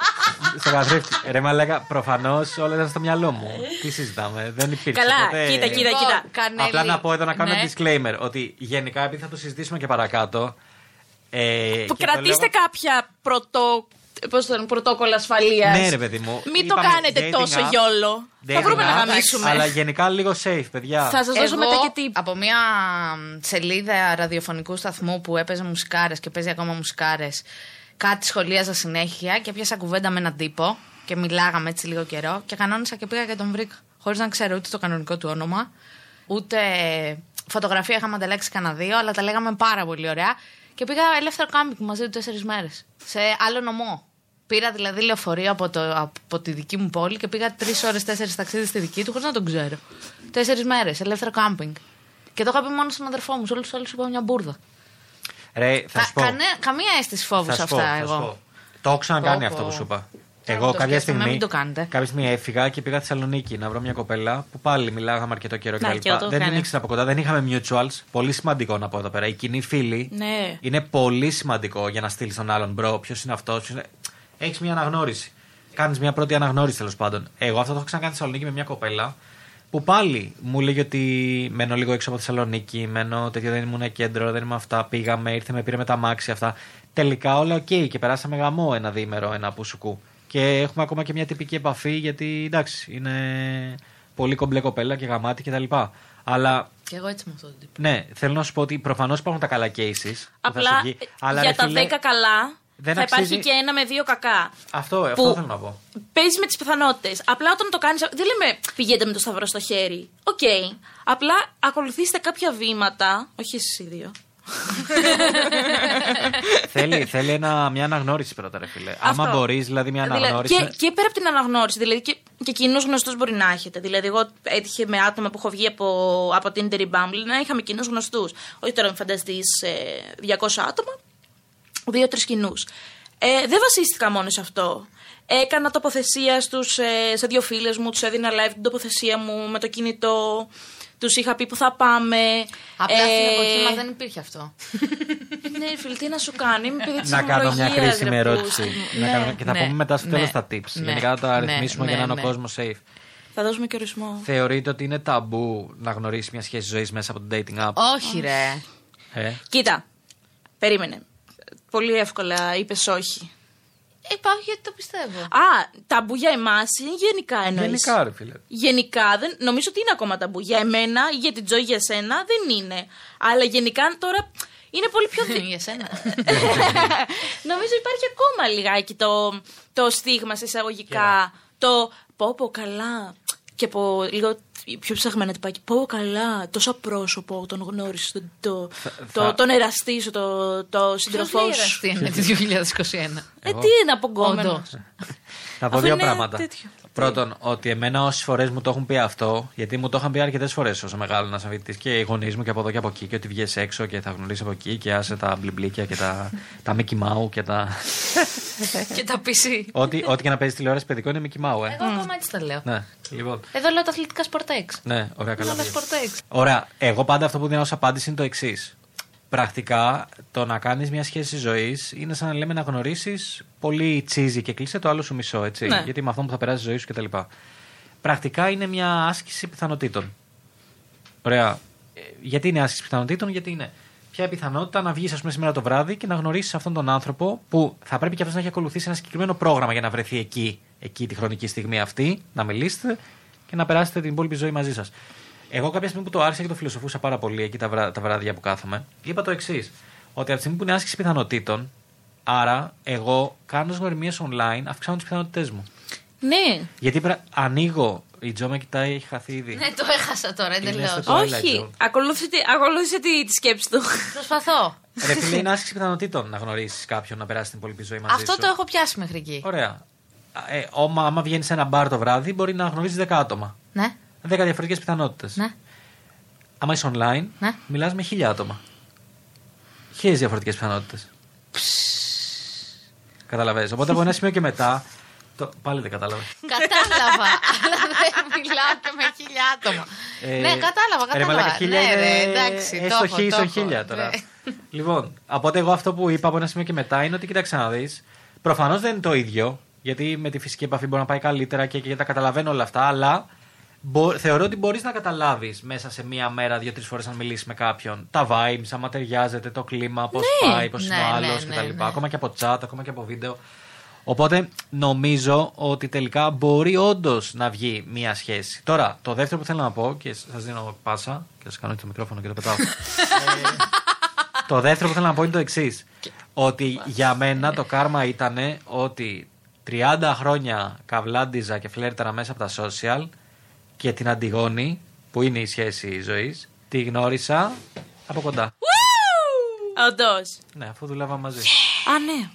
στο καθρέφτη. Ρε Μαλάκα, προφανώ όλα ήταν στο μυαλό μου. Τι συζητάμε, δεν υπήρχε.
Καλά,
ποτέ.
κοίτα, κοίτα, κοίτα.
Κανέλη.
Απλά να πω εδώ να κάνω
Ναι.
ένα disclaimer ότι γενικά επειδή θα το συζητήσουμε και παρακάτω. Ε,
Που
και το
κρατήστε
λέω-
κάποια πρωτό, πώς το λένε, πρωτόκολλα ασφαλείας.
Ναι, ρε παιδί μου.
Μην το
Είπαμε
κάνετε
dating
τόσο
apps,
γιόλο. Θα
dating
βρούμε να
apps,
γαμίσουμε.
Αλλά γενικά λίγο safe, παιδιά.
Θα σας δώσω
Εγώ,
μετά και τι.
Από μια σελίδα ραδιοφωνικού σταθμού που έπαιζε μουσικάρες και παίζει ακόμα μουσικάρες, κάτι σχολίαζα συνέχεια και πιάσα κουβέντα με έναν τύπο και μιλάγαμε έτσι λίγο καιρό και κανόνισα και πήγα και τον βρήκα. Χωρίς να ξέρω ούτε το κανονικό του όνομα, ούτε φωτογραφία είχαμε ανταλλάξει κανένα δύο, αλλά τα λέγαμε πάρα πολύ ωραία. Και πήγα ελεύθερο κάμπινγκ μαζί του τέσσερις μέρες. Σε άλλο νομό. Πήρα δηλαδή λεωφορείο από, το, από τη δική μου πόλη και πήγα τρεις ώρες, τέσσερις ταξίδι στη δική του, χωρίς να τον ξέρω. Τέσσερις μέρες, ελεύθερο κάμπινγκ. Και το είχα πει μόνος στον αδερφό μου, σε όλους τους άλλους είπα μια μπουρδα.
Ρε, θα
Κα-
σου πω.
κανέ- καμία αίσθηση φόβου
θα
σε
σου
αυτά
πω, θα σου πω.
εγώ.
Το έχω ξανακάνει
Πω,
αυτό
πω.
που σου είπα.
Τώρα
Εγώ
που το
κάποια
σκέφτομαι,
στιγμή,
μην το κάνετε.
κάποια στιγμή έφυγα και πήγα στη Θεσσαλονίκη να βρω μια κοπέλα που πάλι μιλάγαμε αρκετό καιρό
Να,
κλπ.
και εγώ
Δεν
το είχα
την
κάνει.
ήξερα από κοντά, δεν είχαμε mutuals. Πολύ σημαντικό να πω εδώ πέρα. Οι κοινοί φίλοι
Ναι.
είναι πολύ σημαντικό για να στείλεις τον άλλον μπρο. Ποιος είναι αυτός, ποιος είναι. Έχεις μια αναγνώριση. Κάνεις μια πρώτη αναγνώριση τέλος πάντων. Εγώ αυτό το έχω ξανακάνει στη Θεσσαλονίκη με μια κοπέλα που πάλι μου λέγει ότι μένω λίγο έξω από τη Θεσσαλονίκη, μένω τέτοιο δεν ήμουν κέντρο, δεν ήμουν αυτά. Πήγαμε, ήρθε, με πήρε με τα μάξι αυτά. Τελικά όλα οκ και περάσαμε γαμό ένα διήμερο, ένα πουσουκού. Και έχουμε ακόμα και μια τυπική επαφή γιατί εντάξει είναι πολύ κομπλέ κοπέλα και γαμάτη κτλ. Αλλά
Και εγώ έτσι με αυτόν τον τύπο.
ναι, θέλω να σου πω ότι προφανώς υπάρχουν τα καλά cases. που θα
Απλά
σου βγει,
για
ρε
τα
φίλε,
10 καλά
δεν
θα υπάρχει
αξίζει-
και ένα με δύο κακά.
Αυτό, αυτό
που-
θέλω να πω.
Παίζεις με τις πιθανότητες. Απλά όταν το κάνεις. Δεν λέμε πηγαίνετε με το σταυρό στο χέρι. Οκ. Απλά ακολουθήστε κάποια βήματα. Όχι εσείς οι δύο.
θέλει θέλει ένα, μια αναγνώριση πρώτα, ρε φίλε. Άμα
Αυτό.
μπορείς, δηλαδή, μια
Δηλαδή,
αναγνώριση.
Και, και πέρα από την αναγνώριση, δηλαδή και, και κοινούς γνωστούς μπορεί να έχετε. Δηλαδή, εγώ έτυχε με άτομα που έχω βγει από, από Tinder ή Bumble να είχαμε κοινούς γνωστούς. Όχι τώρα, μην φανταστεί 200 άτομα, δύο-τρει κοινούς. Ε, δεν βασίστηκα μόνο σε αυτό. Έκανα τοποθεσία στους, ε, σε δύο φίλες μου, τους έδινα live την τοποθεσία μου με το κινητό. Τους είχα πει που θα πάμε.
Απλά στην
Ε,
εποχή μας δεν υπήρχε αυτό.
Ναι, ρε φίλε, τι να σου κάνει, είμαι παιδί της
Να κάνω μια
τεχνολογίας,
χρήσιμη
ρε,
ερώτηση.
πούστη.
Να
Ναι.
κάνω- Και θα
ναι,
πούμε μετά στο
ναι,
τέλος τα tips.
ναι,
Γενικά θα τα
ναι,
ρυθμίσουμε
ναι,
για να είναι
ναι.
ο κόσμος safe.
Θα δώσουμε και ορισμό.
Θεωρείτε ότι είναι ταμπού να γνωρίσεις μια σχέση ζωής μέσα από το dating app.
Όχι, ρε.
Ε,
Κοίτα, περίμενε. Πολύ εύκολα είπες όχι.
Υπάρχει γιατί το πιστεύω.
Α, ταμπού για εμά ή γενικά εννοείς.
Γενικά, ρε φίλε.
Γενικά, δεν, νομίζω ότι είναι ακόμα ταμπού. Για εμένα ή για την Τζο ή για σένα δεν είναι. Αλλά γενικά τώρα είναι πολύ πιο. δι-
Ε, Για σένα.
νομίζω υπάρχει ακόμα λιγάκι το, το στίγμα σε εισαγωγικά. Το πω πω καλά. Και από λίγο πιο ψαχμένα τυπάκι. Πω πω, καλά, τόσο πρόσωπο, τον γνώρισε, τον, το, το,
θα-
τον εραστή σου, το, το σύντροφός σου.
Τι είναι τη 2021.
Ε, τι είναι από γκόμενο.
Όντως.
Θα πω
Αφού
δύο
είναι
πράγματα.
τέτοιο.
Πρώτον, ότι εμένα όσες φορές μου το έχουν πει αυτό, γιατί μου το είχαν πει αρκετές φορές όσο μεγάλο να φοιτητής και οι γονείς μου και από εδώ και από εκεί, και ότι βγες έξω και θα γνωρίσεις από εκεί και άσε τα μπλιμπλίκια και τα, τα Mickey Mouse και τα.
Και τα PC.
ό,τι, ό,τι και να παίζεις τηλεόραση παιδικό είναι Mickey Mouse, ε.
Εγώ ακόμα έτσι τα λέω.
ναι, λοιπόν.
Εδώ λέω τα αθλητικά σπορτέξ.
Ναι, ωραία, καλά.
Όλα
πήγες.
σπορτέξ.
Ωραία. Εγώ πάντα αυτό που δίνω ως απάντηση είναι το εξής. Πρακτικά, το να κάνεις μια σχέση ζωής είναι σαν να λέμε να γνωρίσεις πολύ τσίζι και κλείσε το άλλο σου μισό, έτσι.
Ναι.
Γιατί με αυτόν που θα περάσει η ζωή σου κτλ. Πρακτικά είναι μια άσκηση πιθανότητων. Ωραία. Ε, Γιατί είναι άσκηση πιθανότητων, γιατί είναι ποια η πιθανότητα να βγεις, ας πούμε, σήμερα το βράδυ και να γνωρίσεις αυτόν τον άνθρωπο που θα πρέπει και αυτός να έχει ακολουθήσει ένα συγκεκριμένο πρόγραμμα για να βρεθεί εκεί, εκεί τη χρονική στιγμή αυτή, να μιλήσετε και να περάσετε την υπόλοιπη ζωή μαζί σας. Εγώ κάποια στιγμή που το άρχισα και το φιλοσοφούσα πάρα πολύ εκεί τα, βρα... τα βράδια που κάθομαι, είπα το εξής. Ότι από τη στιγμή που είναι άσκηση πιθανότητων, άρα εγώ κάνω γνωριμίες online, αυξάνω τις πιθανότητές μου.
Ναι.
Γιατί πρα... ανοίγω. Η Τζο με κοιτάει, έχει χαθεί ήδη.
Ναι, το έχασα τώρα
Είναι
εντελώ.
στο- Twilight Zone.
Όχι. Ακολούθησε, τη- ακολούθησε τη, τη σκέψη του.
Προσπαθώ.
Ρε φίλε, είναι άσκηση πιθανότητων να γνωρίσεις κάποιον να περάσει την υπόλοιπη ζωή μαζί
Αυτό
σου.
το έχω πιάσει μέχρι εκεί.
Ωραία. Ε, όμα, άμα βγαίνεις σε ένα μπαρ το βράδυ, μπορεί να γνωρίζεις 10 άτομα.
Ναι,
10 διαφορετικές πιθανότητες.
ναι.
Άμα είσαι online,
Ναι.
μιλάς με 1000 άτομα. Χίλιες διαφορετικές πιθανότητες. Καταλαβαίνεις. Οπότε από ένα σημείο και μετά. Το... Πάλι δεν κατάλαβα.
Κατάλαβα. Αλλά δεν μιλάω και με χίλια άτομα.
Ε,
ναι, κατάλαβα,
Ρε, μαλάκα,
κατάλαβα.
χίλια
ναι,
είναι
ρε, εντάξει. το
έστω
έχω,
χι,
το
ίσον
έχω.
χίλια τώρα.
Ναι.
Λοιπόν, οπότε εγώ αυτό που είπα από ένα σημείο και μετά είναι ότι κοίταξε να δει. Προφανώ δεν είναι το ίδιο. Γιατί με τη φυσική επαφή μπορεί να πάει καλύτερα και, και τα καταλαβαίνω όλα αυτά, αλλά μπο- θεωρώ ότι μπορείς να καταλάβεις μέσα σε μία μέρα, δύο-τρει φορές, αν μιλήσεις με κάποιον, τα vibes, άμα ταιριάζεται, το κλίμα, πώς πάει, πώς είναι
Ναι,
ο
ναι,
άλλος
ναι,
κτλ.
ναι.
Ακόμα και από chat, ακόμα και από βίντεο. Οπότε νομίζω ότι τελικά μπορεί όντως να βγει μία σχέση. Τώρα, το δεύτερο που θέλω να πω και σας δίνω πάσα και σας κάνω έτσι το μικρόφωνο και το πετάω. Το δεύτερο που θέλω να πω είναι το εξής. Ότι για μένα το κάρμα ήταν ότι 30 χρόνια καβλάντιζα και φλέρταρα μέσα από τα social και την Αντιγόνη, που είναι η σχέση ζωής, τη γνώρισα από κοντά.
Όντως.
Ναι, αφού δουλεύαμε μαζί.
Α, ναι.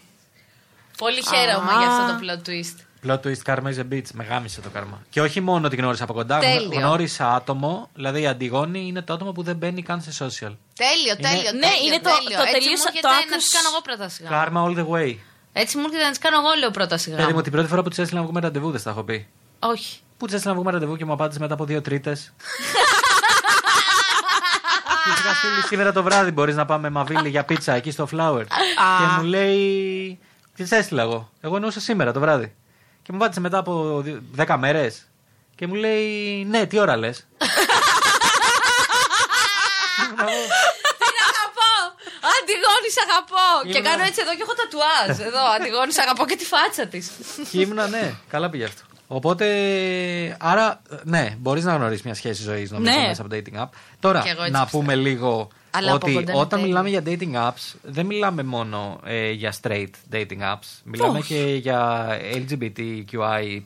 Πολύ χαίρομαι για αυτό το plot twist.
Plot twist Karma is a bitch. Με γάμισε το κάρμα. Και όχι μόνο ότι γνώρισα από κοντά,
Τέλειο.
γνώρισα άτομο. Δηλαδή η Αντιγόνη είναι το άτομο που δεν μπαίνει καν σε social.
Τέλειο, τέλειο.
Ναι,
τέλειο,
είναι το-
τέλειο.
το
Έτσι μου
τελείωσα-
έρχεται
το
να
άκουσ-
τι κάνω εγώ πρώτα σιγά.
Κάρμα all the way.
Έτσι μου έρχεται να τι κάνω εγώ, λέω πρώτα σιγά.
Δηλαδή μου την πρώτη φορά που της έστειλα να βγούμε ραντεβού δεν στα έχω πει.
Όχι.
Πού τη έστειλα να βγούμε ραντεβού και μου απάντησε μετά από δύο τρίτες. Τη είχα στείλει σήμερα το βράδυ. Μπορείς να πάμε μαβίλη για πίτσα εκεί στο Flower. και μου λέει. Τι της έστειλα εγώ. Εγώ εννοούσα σήμερα το βράδυ. Και μου απάντησε μετά από δυ- δέκα μέρες. Και μου λέει, Ναι, τι ώρα λες.
Την αγαπώ! Αντιγόνη, αγαπώ! Και
Ήμουνα-
κάνω έτσι εδώ και έχω τατουάζ. Εδώ, Αντιγόνη, αγαπώ και τη φάτσα της.
Και ήμουνα, ναι, καλά πήγε αυτό. Οπότε, άρα, ναι, μπορείς να γνωρίσεις μια σχέση ζωής νομίζω
Ναι.
μέσα από dating app. Τώρα,
Κι εγώ
να
έτσι πιστεύω.
πούμε λίγο
Αλλά από
ότι
κοντά είναι
όταν
τέλειο.
μιλάμε για dating apps, δεν μιλάμε μόνο ε, για straight dating apps. Μιλάμε και για LGBTQI,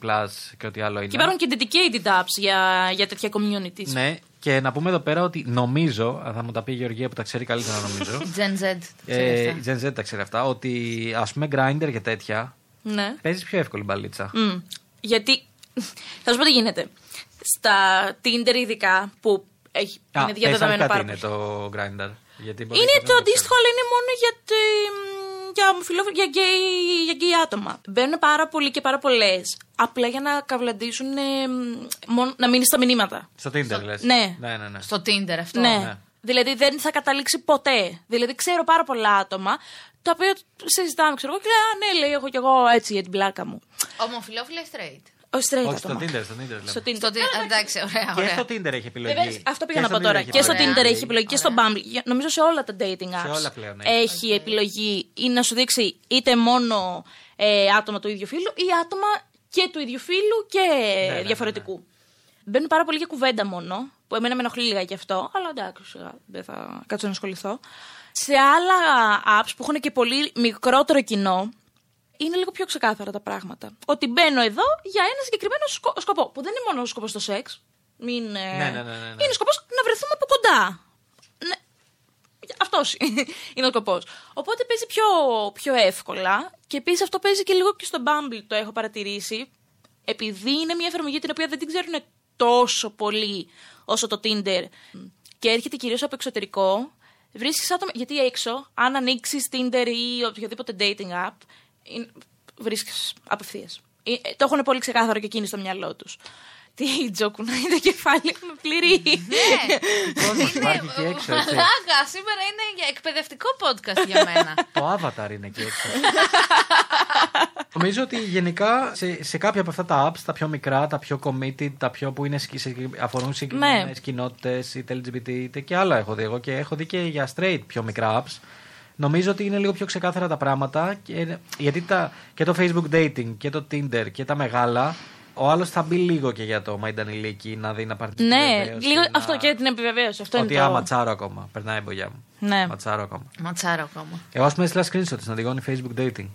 και ό,τι άλλο είναι.
Και υπάρχουν και dedicated apps για, για τέτοια communities.
Ναι, και να πούμε εδώ πέρα ότι νομίζω, θα μου τα πει η Γεωργία που τα ξέρει καλύτερα νομίζω.
Gen Z.
ε, η Gen Z τα ξέρει αυτά, ότι ας πούμε grinder και τέτοια
Ναι.
παίζεις πιο εύκολη μπαλίτσα.
Μμ. Γιατί. Θα σου πω τι γίνεται. Στα Tinder ειδικά που έχει,
Α,
είναι
πες
διαδεδομένο
αν
πάρα
κάτι
πολύ.
είναι το Grindr. Γιατί μπορεί
Είναι
να
το
μην
αντίστοιχο, αλλά είναι μόνο για, τη, για, ομοφυλόφιλ- για, γκέι, για γκέι άτομα. Μπαίνουν πάρα πολλοί και πάρα πολλές. Απλά για να καυλαντήσουν ε, μ, μόνο- να μείνεις στα μηνύματα.
ξέρει. Στο Tinder λες.
ναι.
ναι, ναι, ναι.
Στο Tinder αυτό.
Ναι.
ναι.
Δηλαδή δεν θα καταλήξει ποτέ. Δηλαδή ξέρω πάρα πολλά άτομα τα οποία συζητάμε, ξέρω εγώ, και λέει, Α, ναι, λέει, έχω κι εγώ έτσι για την πλάκα μου.
Ομοφυλόφιλα straight.
Ω straight
Όχι, στο
άτομα.
Tinder, στο Tinder λέμε.
Στο Tinder.
Στο Tinder. Εντάξει, ωραία,
Και
ωραία.
στο Tinder έχει επιλογή.
Βέβαια, αυτό
Και
πήγα να
στο
πω
Tinder
τώρα.
έχει
Και στο
επιλογή.
Tinder έχει επιλογή και στο Bumble. Για- Νομίζω σε όλα τα dating apps.
όλα πλέον ναι. έχει.
Έχει επιλογή ή να σου δείξει είτε μόνο ε, άτομα του ίδιου φίλου ή άτομα και του ίδιου φίλου και
ναι, ναι.
διαφορετικού. Μπαίνουν πάρα πολύ για κουβέντα μόνο, που εμένα με ενοχλεί λίγα γι' αυτό, αλλά εντάξει, α, δεν θα κάτσω να ασχοληθώ. Σε άλλα apps που έχουν και πολύ μικρότερο κοινό, είναι λίγο πιο ξεκάθαρα τα πράγματα. Ότι μπαίνω εδώ για ένα συγκεκριμένο σκο- σκοπό, που δεν είναι μόνο σκοπό στο σεξ. Μην, ε,
Ναι, ναι, ναι, ναι, ναι.
Είναι σκοπός να βρεθούμε από κοντά. Ναι, αυτός είναι ο σκοπός. Οπότε παίζει πιο, πιο εύκολα. Και επίσης αυτό παίζει και λίγο και στο Bumble, το έχω παρατηρήσει. Επειδή είναι μια εφαρμογή την οποία δεν την ξέρουν τόσο πολύ όσο το Tinder και έρχεται κυρίως από εξωτερικό, βρίσκεις άτομα. Γιατί έξω, αν ανοίξεις Tinder ή οποιοδήποτε dating app, βρίσκεις απευθείας. Ε, Το έχουν πολύ ξεκάθαρο και εκείνοι στο μυαλό τους. Τι τζόκουνα είναι το κεφάλι μου, πληρή.
Ναι.
Κόσμος υπάρχει και έξω, έτσι.
Μαλάκα, σήμερα είναι για εκπαιδευτικό podcast για μένα.
Το avatar είναι και έξω. Νομίζω ότι γενικά σε, σε κάποια από αυτά τα apps, τα πιο μικρά, τα πιο committed, τα πιο που είναι, σκ- σε- αφορούν συγκεκριμένες
Ναι.
κοινότητες, είτε LGBT, είτε και άλλα έχω δει εγώ και έχω δει και για straight πιο μικρά apps. Νομίζω ότι είναι λίγο πιο ξεκάθαρα τα πράγματα και, γιατί τα, και το Facebook dating και το Tinder και τα μεγάλα. Ο άλλος θα μπει λίγο και για το Μα ήταν ηλίκη να δει να πάρει την
ναι,
επιβεβαίωση,
λίγο
να-
αυτό και την επιβεβαίωση. Αυτό
Ότι
είναι το.
άμα τσάρω ακόμα. Περνάει η μπογιά μου.
Ναι.
Ματσάρω ακόμα.
Ματσάρο ακόμα.
Εγώ, ας πούμε, έστειλα screenshot στην αντιγόνη Facebook dating.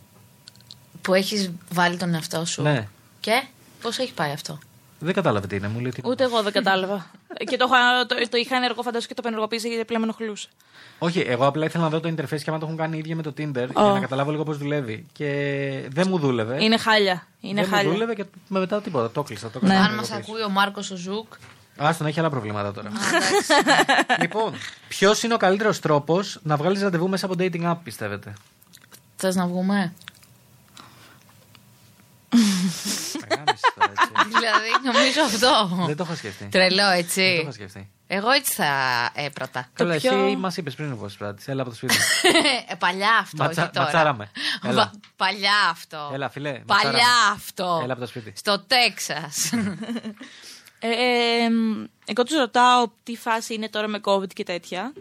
Που έχεις βάλει τον εαυτό σου.
Ναι.
Και πώς έχει πάει αυτό.
Δεν κατάλαβε τι είναι, μου λέει. τι-
Ούτε εγώ δεν κατάλαβα. και το, είχα- το, το είχα ενεργό, φαντάζομαι, και το απενεργοποίησα γιατί απλά με ενοχλούσε.
Όχι, εγώ απλά ήθελα να δω το interface και άμα το έχουν κάνει οι ίδιοι με το Tinder για να καταλάβω λίγο πώς δουλεύει. Και δεν μου δούλευε.
Είναι χάλια. Είναι
Ε. δεν μου
χάλια.
δούλευε και με μετά τίποτα. Το κλείσα. Το ναι.
Αν μας ακούει ο Μάρκος ο Ζουκ.
Άστον, έχει άλλα προβλήματα τώρα. λοιπόν, ποιος είναι ο καλύτερος τρόπος να βγάλεις ραντεβού μέσα από dating app, πιστεύετε.
Θες να βγούμε.
Τα γάμισες τώρα, έτσι.
δηλαδή, νομίζω αυτό.
δεν το έχω σκεφτεί.
Τρελό,
Δεν το
έτσι.
έχω σκεφτεί.
Εγώ έτσι θα έπρατα.
Καλά,
Ε, πιο-
εσύ μας είπες πριν εγώ πράτη. Έλα από το σπίτι. μου.
Ε, παλιά αυτό,
Ματσα-
όχι τώρα.
ματσάραμε. Έλα.
Βα- Παλιά αυτό.
Έλα, φιλέ, ματσάραμε.
Παλιά αυτό.
Έλα από το σπίτι.
Στο Τέξας.
Ε, ε, εμ, εγώ τους ρωτάω τι φάση είναι τώρα με COVID και τέτοια.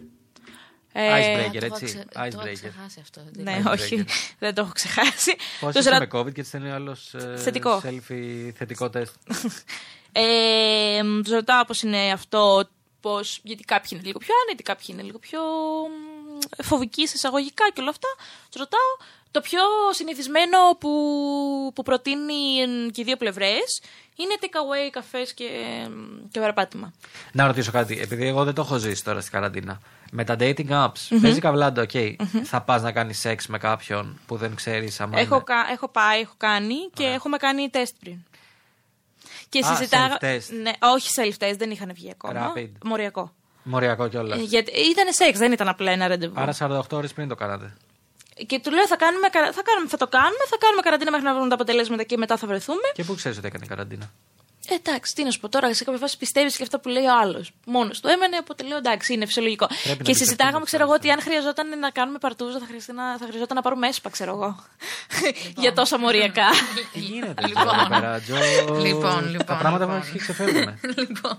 Ε,
Icebreaker, έτσι.
Ε, Το έχω
Icebreaker.
ξεχάσει αυτό.
Ναι,
Icebreaker.
όχι, δεν το έχω ξεχάσει.
Πώς
Τους
είσαι
ρω-
με COVID και έτσι θέλει ο άλλο
Θετικό.
selfie θετικό τεστ.
Ε, μ, τους ρωτάω πώς είναι αυτό, πώς, γιατί κάποιοι είναι λίγο πιο άνετοι, κάποιοι είναι λίγο πιο μ, φοβικοί σε εισαγωγικά και όλα αυτά. Τους ρωτάω το πιο συνηθισμένο που, που προτείνει εμ, και οι δύο πλευρές είναι takeaway, καφές και, εμ, και παραπάτημα.
Να ρωτήσω κάτι, επειδή εγώ δεν το έχω ζήσει τώρα στην καραντίνα. Με τα dating apps, παίζει καβλάντα, οκ. Θα πας να κάνεις σεξ με κάποιον που δεν ξέρεις αν.
Έχω, κα- έχω πάει, έχω κάνει και έχουμε κάνει τεστ πριν. Και
Α,
συζητάγα.
self-test.
Ναι, όχι self-test, δεν είχαν βγει ακόμα.
Rapid.
Μοριακό.
Μοριακό κιόλας.
Ε, γιατί ήταν σεξ, δεν ήταν απλά ένα ραντεβού.
Άρα 48 ώρες πριν το κάνατε.
Και του λέω θα, κάνουμε, καρα- θα, κάνουμε, θα το κάνουμε, θα κάνουμε καραντίνα μέχρι να βρούμε τα αποτελέσματα και μετά θα βρεθούμε.
Και πού ξέρεις ότι έκανε καραντίνα.
Ε, εντάξει, τι να σου πω τώρα, σε κάποια φάση πιστεύεις και αυτά που λέει ο άλλος. Μόνος του έμενε, οπότε λέω εντάξει, είναι φυσιολογικό.
να ναι.
και
πιστευτούμε
συζητάγαμε,
αυτό,
ξέρω εγώ, ότι αν χρειαζόταν να κάνουμε παρτούζα, θα, χρειαζόταν να, θα χρειαζόταν να πάρουμε έσπα, ξέρω εγώ. Για τόσα μοριακά.
Τι Ε, γίνεται,
Λοιπόν.
εδώ πέρα, Τζο.
Λοιπόν, λοιπόν,
Τα πράγματα
λοιπόν.
μα ξεφεύγουν.
Λοιπόν.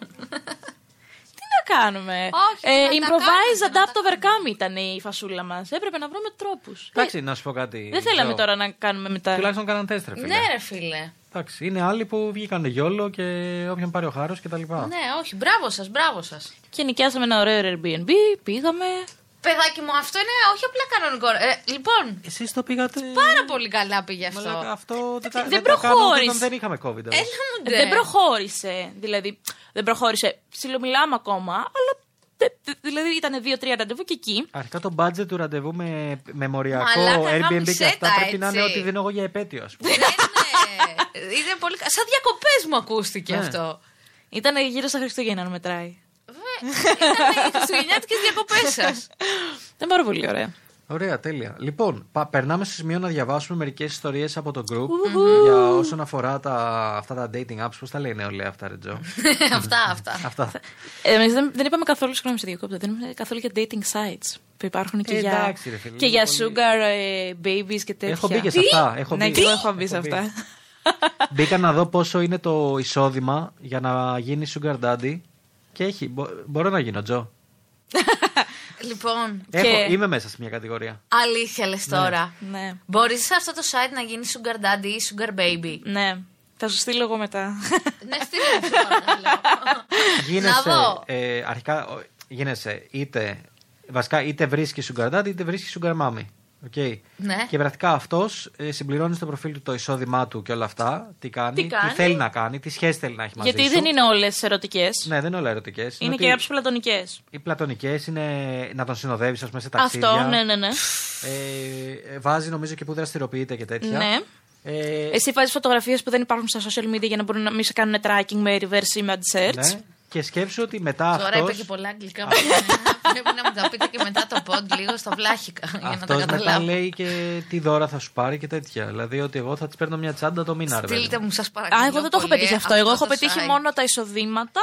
Τι να κάνουμε.
Όχι,
ε,
να τα
improvise,
κάνουμε, να τα
adapt, overcome ήταν η φασούλα μας. Έπρεπε να βρούμε τρόπους.
Εντάξει, να σου πω κάτι.
δεν θέλαμε
Τζο.
τώρα να κάνουμε μετά.
Ε, Τουλάχιστον κάναν τεστ, ρε φίλε.
Ναι, ρε φίλε.
Εντάξει, είναι άλλοι που βγήκαν γιόλο και όποιον πάρει ο χάρος κτλ.
Ναι, όχι. Μπράβο σας, μπράβο σας.
Και νοικιάσαμε ένα ωραίο Airbnb, πήγαμε.
Παιδάκι μου, αυτό είναι όχι απλά κανονικό. Ε, λοιπόν,
Εσείς το πήγατε.
πάρα πολύ καλά πήγε αυτό.
Μαλάκα, αυτό δεν, τα-
Ε, Δεν
δεν το κάνουμε
προχώρησε. Ε,
όταν δεν είχαμε COVID. όμως.
Έλα μου ντε.
Δεν προχώρησε. Δηλαδή, δεν προχώρησε. Ψιλομιλάμε ακόμα, αλλά. δε- δε- Δηλαδή, ήταν δύο-τρία ραντεβού και εκεί.
Αρχικά το budget του ραντεβού με, με μοριακό
Μαλάκα,
Airbnb και
γάμισέ
αυτά
τα,
πρέπει να είναι
έτσι.
ό,τι δίνω εγώ για επέτειο, ας πούμε.
Ναι, ναι. Είναι πολύ... κα- Σαν διακοπές μου ακούστηκε
Ναι.
αυτό.
Ήταν γύρω στα Χριστούγεννα, αν μετράει.
Ήταν οι χριστουγεννιάτικε διακοπές σας.
Ήταν πάρα πολύ ωραία.
Ωραία, τέλεια. Λοιπόν, πα- περνάμε στο σημείο να διαβάσουμε μερικές ιστορίες από το group για όσον αφορά τα, αυτά τα dating apps. Πώς τα λέει η νεολαία αυτά, ρε Τζο.
αυτά, αυτά.
αυτά.
Εμείς δεν, δεν είπαμε καθόλου, συγγνώμη, σε διακόπτω. Δεν είπαμε καθόλου για dating sites που υπάρχουν και
Ε,
για,
εντάξει, ρε φίλε,
και
είναι
για
πολύ-
sugar ε, babies και τέτοια.
Έχω μπει και σε αυτά. Έχω
ναι,
μπει.
και εγώ έχω μπει σε αυτά.
Μπήκα να δω πόσο είναι το εισόδημα για να γίνει sugar daddy. Και έχει. Μπο- μπορώ να γίνω, Τζο.
λοιπόν,
Και-
Έχω, είμαι μέσα σε μια κατηγορία.
αλήθεια λες τώρα.
ναι,
Μπορείς σε αυτό το site να γίνεις sugar daddy ή sugar baby.
ναι. Θα σου στείλω εγώ μετά.
ναι, στείλε μου τώρα να λέω.
Γίνεσαι.
Να δω.
Ε, αρχικά ο, γίνεσαι είτε. Βασικά είτε βρίσκεις sugar daddy είτε βρίσκεις sugar mommy. Okay.
Ναι.
Και πρακτικά αυτό συμπληρώνει στο προφίλ του το εισόδημά του και όλα αυτά. Τι κάνει,
Τι κάνει.
θέλει να κάνει, τι σχέση θέλει να έχει μαζί
Γιατί
σου.
δεν είναι όλες ερωτικές.
Ναι, δεν είναι όλα ερωτικές.
είναι και κάποιε πλατωνικές.
Οι πλατωνικές είναι να τον συνοδεύεις, ας πούμε, σε ταξίδια.
Αυτό, ναι, ναι, ναι.
Ε, βάζει νομίζω και που δραστηριοποιείται και τέτοια.
Ναι.
Ε,
Εσύ βάζεις φωτογραφίες που δεν υπάρχουν στα social media για να μπορούν να μην σε κάνουν tracking με reverse image search.
ναι. Και σκέψου ότι μετά
Τώρα είπε και
αυτός,
πολλά αγγλικά. Πρέπει να μου τα πείτε και μετά το πόντ λίγο στα βλάχικα για να τα
αυτός μετά
καταλάβω.
λέει και τι δώρα θα σου πάρει και τέτοια. Δηλαδή ότι εγώ θα της παίρνω μια τσάντα το μήνα. ρε παιδί
Στείλτε
μου.
μου, σας παρακαλώ.
Α, εγώ δεν το έχω
πολύ,
πετύχει αυτό. Εγώ έχω
το
πετύχει
site.
μόνο τα εισοδήματα,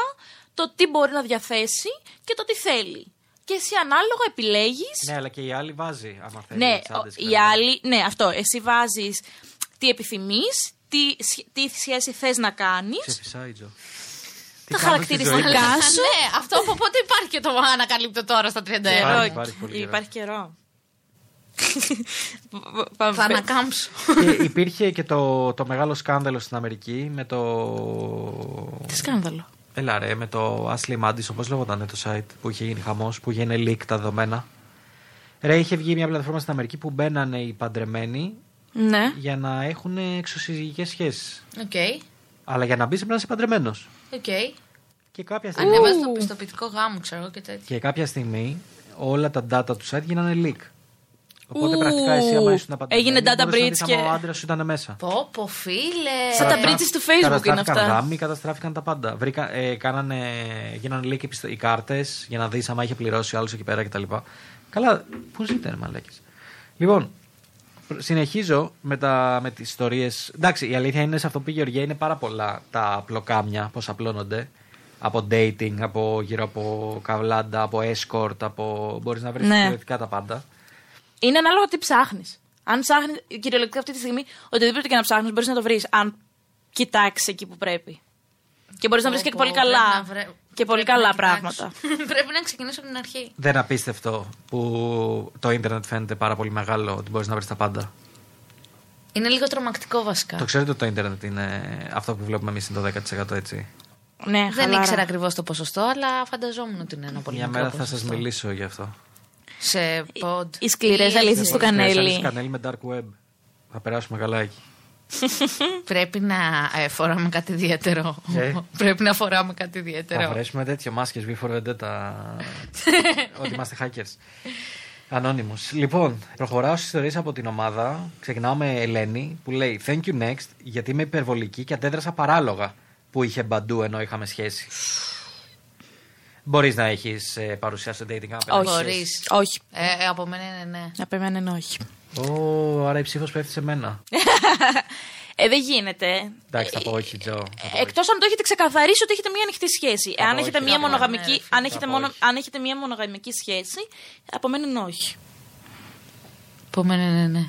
το τι μπορεί να διαθέσει και το τι θέλει. Και εσύ ανάλογα επιλέγεις.
Ναι, αλλά και η άλλη βάζει άμα θέλεις.
Ναι,
τσάντες και τα
η
λοιπά.
άλλη. Ναι, αυτό. Εσύ βάζεις τι επιθυμείς, τι, σχε- τι σχέση θες να κάνεις,
Σε φυσάει, Τζο. Τι
τα
κάνω στη ζωή μου.
χαρακτηριστικά
Α,
σου.
Ναι, αυτό από πότε υπάρχει και το ανακαλύπτω τώρα στα 31.
Υπάρχει, υπάρχει πολύ καιρό.
Υπάρχει καιρό. Πάμε-
Θα ανακάμψω.
Και υπήρχε και το, το μεγάλο σκάνδαλο στην Αμερική με το.
Τι σκάνδαλο.
Έλα ρε, με το Ashley Madison, πώς λεγόταν το site που είχε γίνει χαμός, που γίνει leak τα δεδομένα. Ρε, είχε βγει μια πλατφόρμα στην Αμερική που μπαίνανε οι παντρεμένοι
Ναι.
για να έχουν εξωσυζυγικές σχέσεις.
Οκ.
Αλλά για να μπει πρέπει να είσαι παντρεμένος.
Οκ.
Και κάποια
ναι.
στιγμή,
Ανέβαζε το πιστοποιητικό γάμου, ξέρω εγώ και τέτοια.
και κάποια στιγμή όλα τα data τους site γίνανε leak. Οπότε
Ου,
πρακτικά εσύ άμα ήσουν παντρεμένοι,
έγινε data
μπορούσες να
breach
δεις άμα
και-
Ο άντρας σου ήταν μέσα.
Πω, πω, φίλε.
Σαν Ε, τα breaches του Facebook είναι
Καταστράφηκαν
αυτά.
γάμοι, καταστράφηκαν τα πάντα. Βρήκα, ε, κάνανε, γίνανε leak οι πιστο- οι κάρτες για να δεις άμα είχε πληρώσει ο άλλος εκεί πέρα κτλ. Καλά, πού ζείτε, ρε μαλάκες. Λοιπόν, προ- συνεχίζω με, τα, με τις ιστορίες. Εντάξει, η αλήθεια είναι σε αυτό που η Γεωργία είναι πάρα πολλά τα πλοκάμια, πώς απλώνονται. από dating, από γύρω από καβλάντα, από escort, από... μπορείς να βρεις
Ναι.
κυριολεκτικά τα πάντα.
Είναι ανάλογα τι ψάχνεις. Αν ψάχνεις, κυριολεκτικά αυτή τη στιγμή, οτιδήποτε και να ψάχνεις, μπορείς να το βρεις. Αν κοιτάξεις εκεί που πρέπει. Και μπορείς να βρεις και
Πω,
πολύ
πω, πρέπει
καλά,
να βρε-
και πολύ
πρέπει να
καλά
κοιτάξω.
πράγματα.
πρέπει να ξεκινήσω από την αρχή.
Δεν απίστευτο που το ίντερνετ φαίνεται πάρα πολύ μεγάλο ότι μπορείς να βρεις τα πάντα.
Είναι λίγο τρομακτικό βασικά.
Το ξέρετε ότι το ίντερνετ είναι αυτό που βλέπουμε εμείς είναι το 10% έτσι.
Ναι,
Δεν
χαλάρα.
ήξερα ακριβώς το ποσοστό, αλλά φανταζόμουν ότι είναι ένα πολύ
Μια
μικρό
μέρα θα
ποσοστό.
σας μιλήσω γι' αυτό.
Σε pod.
Οι σκληρές αλήθειες του κανέλη.
Κανέλη. Κανέλη με dark web. Θα περάσουμε καλά εκεί.
Πρέπει να ε, φοράμε κάτι ιδιαίτερο.
Ε.
Πρέπει να φοράμε κάτι
Θα
ιδιαίτερο.
φορέσουμε τέτοιο μάσκες before the data. ότι είμαστε hackers. Ανώνυμος. Λοιπόν, προχωράω στις ιστορίες από την ομάδα. Ξεκινάω με Ελένη που λέει Thank you next γιατί είμαι υπερβολική και αντέδρασα παράλογα που είχε μπαντού ενώ είχαμε σχέση. Μπορείς να έχεις ε, παρουσιάσει στο dating app. ένα
Όχι.
Μπορείς.
Όχι.
Ε, ε, από μένα είναι ναι.
Από εμένα είναι όχι.
Ω, άρα η ψήφο πέφτει σε μένα.
Ε, δεν γίνεται.
Εντάξει, θα πω όχι,
Ε,
Τζο. Θα πω
Εκτό αν το έχετε ξεκαθαρίσει ότι έχετε μία ανοιχτή σχέση. Εάν
πω
έχετε,
όχι,
μία
θα πω
μονογαμική,
ναι,
αν, έχετε
πω
μόνο,
όχι.
αν έχετε μία μονογαμική σχέση, από μένα είναι όχι.
Από μένα είναι ναι.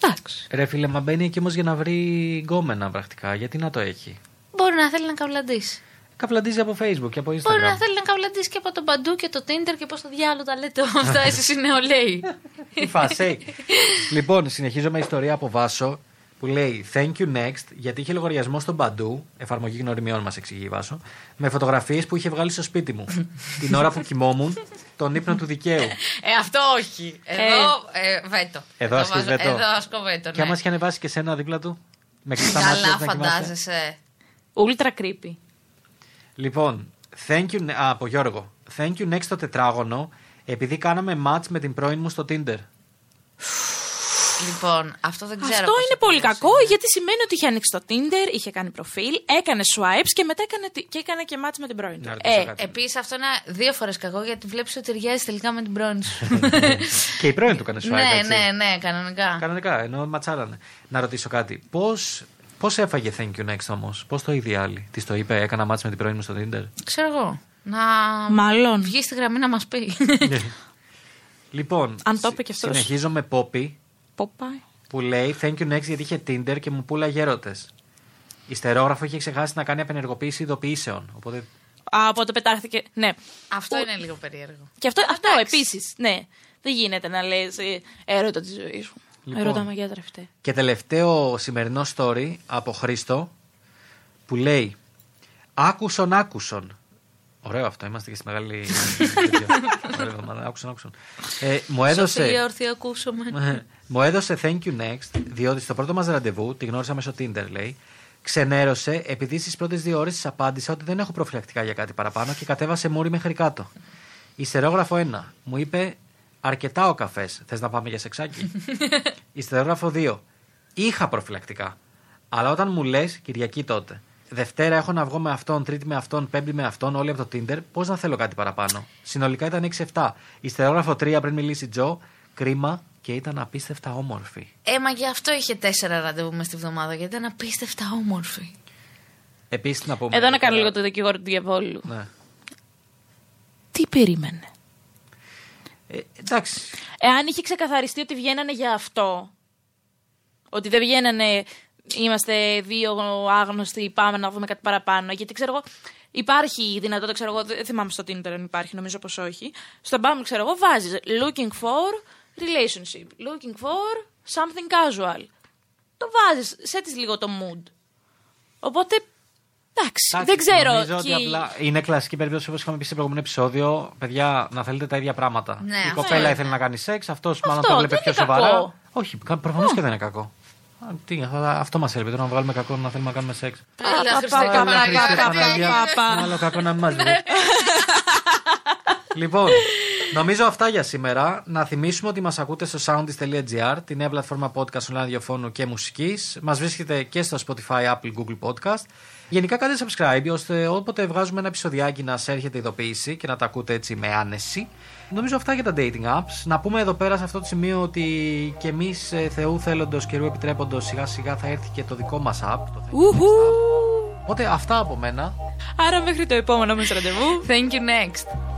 Εντάξει.
όχι. Ρε φίλε, μα μπαίνει εκεί όμως για να βρει γκόμενα πρακτικά. Γιατί να το έχει.
Μπορεί να θέλει να καβλαντήσει.
Καπλαντίζει από Facebook και από Instagram.
Μπορεί να θέλει να καβλαντήσει και από τον παντού και το Tinder και πώς το διάλογο τα λέτε όλα αυτά. Εσείς είναι νεολαίοι.
Η φάση. ε? λοιπόν, συνεχίζω με ιστορία από Βάσο που λέει Thank you next γιατί είχε λογαριασμό στον Παντού, εφαρμογή γνωριμιών μας εξηγεί η Βάσο, με φωτογραφίες που είχε βγάλει στο σπίτι μου την ώρα που κοιμόμουν τον ύπνο του δικαίου.
Ε, αυτό όχι. Εδώ ε, βέτο.
Εδώ
Το
ασκείς
βάζω-
βέτο.
Εδώ ασκώ βέτο.
και
Ναι.
άμα είχε ανεβάσει και σένα δίπλα του. Με κλειστά μάτια
Καλά,
να κοιμάσαι.
φαντάζεσαι.
Ultra creepy.
Λοιπόν, thank you, α, από Γιώργο. Thank you next το τετράγωνο, επειδή κάναμε match με την πρώην μου στο Tinder.
Λοιπόν, αυτό δεν ξέρω.
Αυτό
πώς ναι.
είναι
το
πολύ
πειράζει.
κακό γιατί σημαίνει ότι είχε ανοίξει το Tinder, είχε κάνει προφίλ, έκανε swipes και μετά έκανε, τι- και, έκανε και μάτς με την πρώην του.
Να ρωτήσω
Ε,
κάτι.
Επίσης, αυτό είναι δύο φορές κακό γιατί βλέπεις ότι ταιριάζει τελικά με την πρώην σου.
και η πρώην του έκανε swipe,
ναι,
έτσι.
ναι, ναι, κανονικά.
Κανονικά, ενώ ματσάρανε. Να ρωτήσω κάτι. Πώς, πώς έφαγε thank you next όμως, πώς το είδε η άλλη. Της το είπε, έκανα match με την πρώην μου στο Tinder.
Ξέρω εγώ. Να
Μάλλον.
βγει στη γραμμή να μας πει.
Ναι. λοιπόν,
Αν το είπε
συ-
κι αυτός.
συνεχίζω με Poppy
Popeye.
που λέει thank you next γιατί είχε Tinder και μου πουλάγε έρωτες. Η στερόγραφο είχε ξεχάσει να κάνει απενεργοποίηση ειδοποιήσεων. Οπότε
Α, οπότε πετάχθηκε. Ναι.
αυτό
Ο-
είναι λίγο περίεργο.
Και αυτό, αυτό επίσης. Ναι. Δεν γίνεται να λες έρωτα της ζωής σου.
Λοιπόν.
Έρωτα μαγιά τρεφτέ.
Και τελευταίο σημερινό story από Χρήστο που λέει Άκουσον, άκουσον. Ωραίο αυτό, είμαστε και στη μεγάλη. τέτοιο. Ωραία εβδομάδα. άκουσον, άκουσον. Ε, μου
Σοφία,
έδωσε.
ορθή ακούσαμε.
μου έδωσε thank you next, διότι στο πρώτο μας ραντεβού, τη γνώρισα μέσω Tinder, λέει, ξενέρωσε επειδή στις πρώτες δύο ώρες της απάντησα ότι δεν έχω προφυλακτικά για κάτι παραπάνω και κατέβασε μούρι μέχρι κάτω. Ιστερόγραφο 1. Μου είπε αρκετά ο καφές. Θες να πάμε για σεξάκι. Ιστερόγραφο 2. Είχα προφυλακτικά. Αλλά όταν μου λες, Κυριακή τότε. Δευτέρα έχω να βγω με αυτόν, Τρίτη με αυτόν, Πέμπτη με αυτόν, όλοι από το Tinder. Πώς να θέλω κάτι παραπάνω. Συνολικά ήταν 6-7. Ιστερόγραφο 3 πριν μιλήσει Τζο. Κρίμα και ήταν απίστευτα όμορφη.
Ε, μα γι' αυτό είχε τέσσερα ραντεβού μες στη βδομάδα γιατί ήταν απίστευτα όμορφη.
Επίσης να πούμε.
Εδώ να κάνω λίγο το δικηγόρο του διαβόλου.
Ναι.
Τι περίμενε.
Ε, εντάξει.
Εάν είχε ξεκαθαριστεί ότι βγαίνανε για αυτό. Ότι δεν βγαίνανε. Είμαστε δύο άγνωστοι, πάμε να δούμε κάτι παραπάνω. Γιατί ξέρω εγώ, υπάρχει η δυνατότητα, ξέρω εγώ, δεν θυμάμαι στο Tinder αν υπάρχει, νομίζω πως όχι. Στον Bumble, ξέρω εγώ, βάζεις looking for relationship. Looking for something casual. Το βάζεις, σέτεις λίγο το mood. Οπότε. Εντάξει, δεν
Εντάξει,
ξέρω.
Νομίζω ότι
και-
απλά είναι κλασική περίπτωση όπως είχαμε πει σε προηγούμενο επεισόδιο. Παιδιά, να θέλετε τα ίδια πράγματα.
Ναι,
Η
αυτό
κοπέλα
είναι.
ήθελε να κάνει σεξ, αυτός μάλλον
Αυτό,
το βλέπει
δεν
πιο
είναι
σοβαρά.
κακό.
Όχι, προφανώ και δεν είναι κακό. Α, τι, αυτό, αυτό μας έλειπε, τώρα να βγάλουμε κακό να θέλουμε να κάνουμε σεξ.
Έλα,
πα,
Χριστέ,
πα,
Ε,
πα,
καλά,
Παναγία,
πα,
καλά. Ναι.
πα,
Παναγία,
πα.
Άλλο κακό να μην μας βγει. Λοιπόν, νομίζω αυτά για σήμερα. Να θυμίσουμε ότι μας ακούτε στο soundis.gr, τη νέα πλατφόρμα podcast online διαφώνου και μουσικής. Μας βρίσκεται και στο Spotify, Apple, Google Podcast. Γενικά κάντε subscribe, ώστε όποτε βγάζουμε ένα επεισοδιάκι να σε έρχεται ειδοποίηση και να τα ακούτε έτσι με άνεση. Νομίζω αυτά για τα dating apps. Να πούμε εδώ πέρα σε αυτό το σημείο ότι και εμείς ε, Θεού θέλοντος, καιρού επιτρέποντος, σιγά σιγά θα έρθει και το δικό μας app, το Thank You Next App.
Ουχου!
Οπότε αυτά από μένα.
Άρα μέχρι το επόμενο μας ραντεβού.
Thank you next.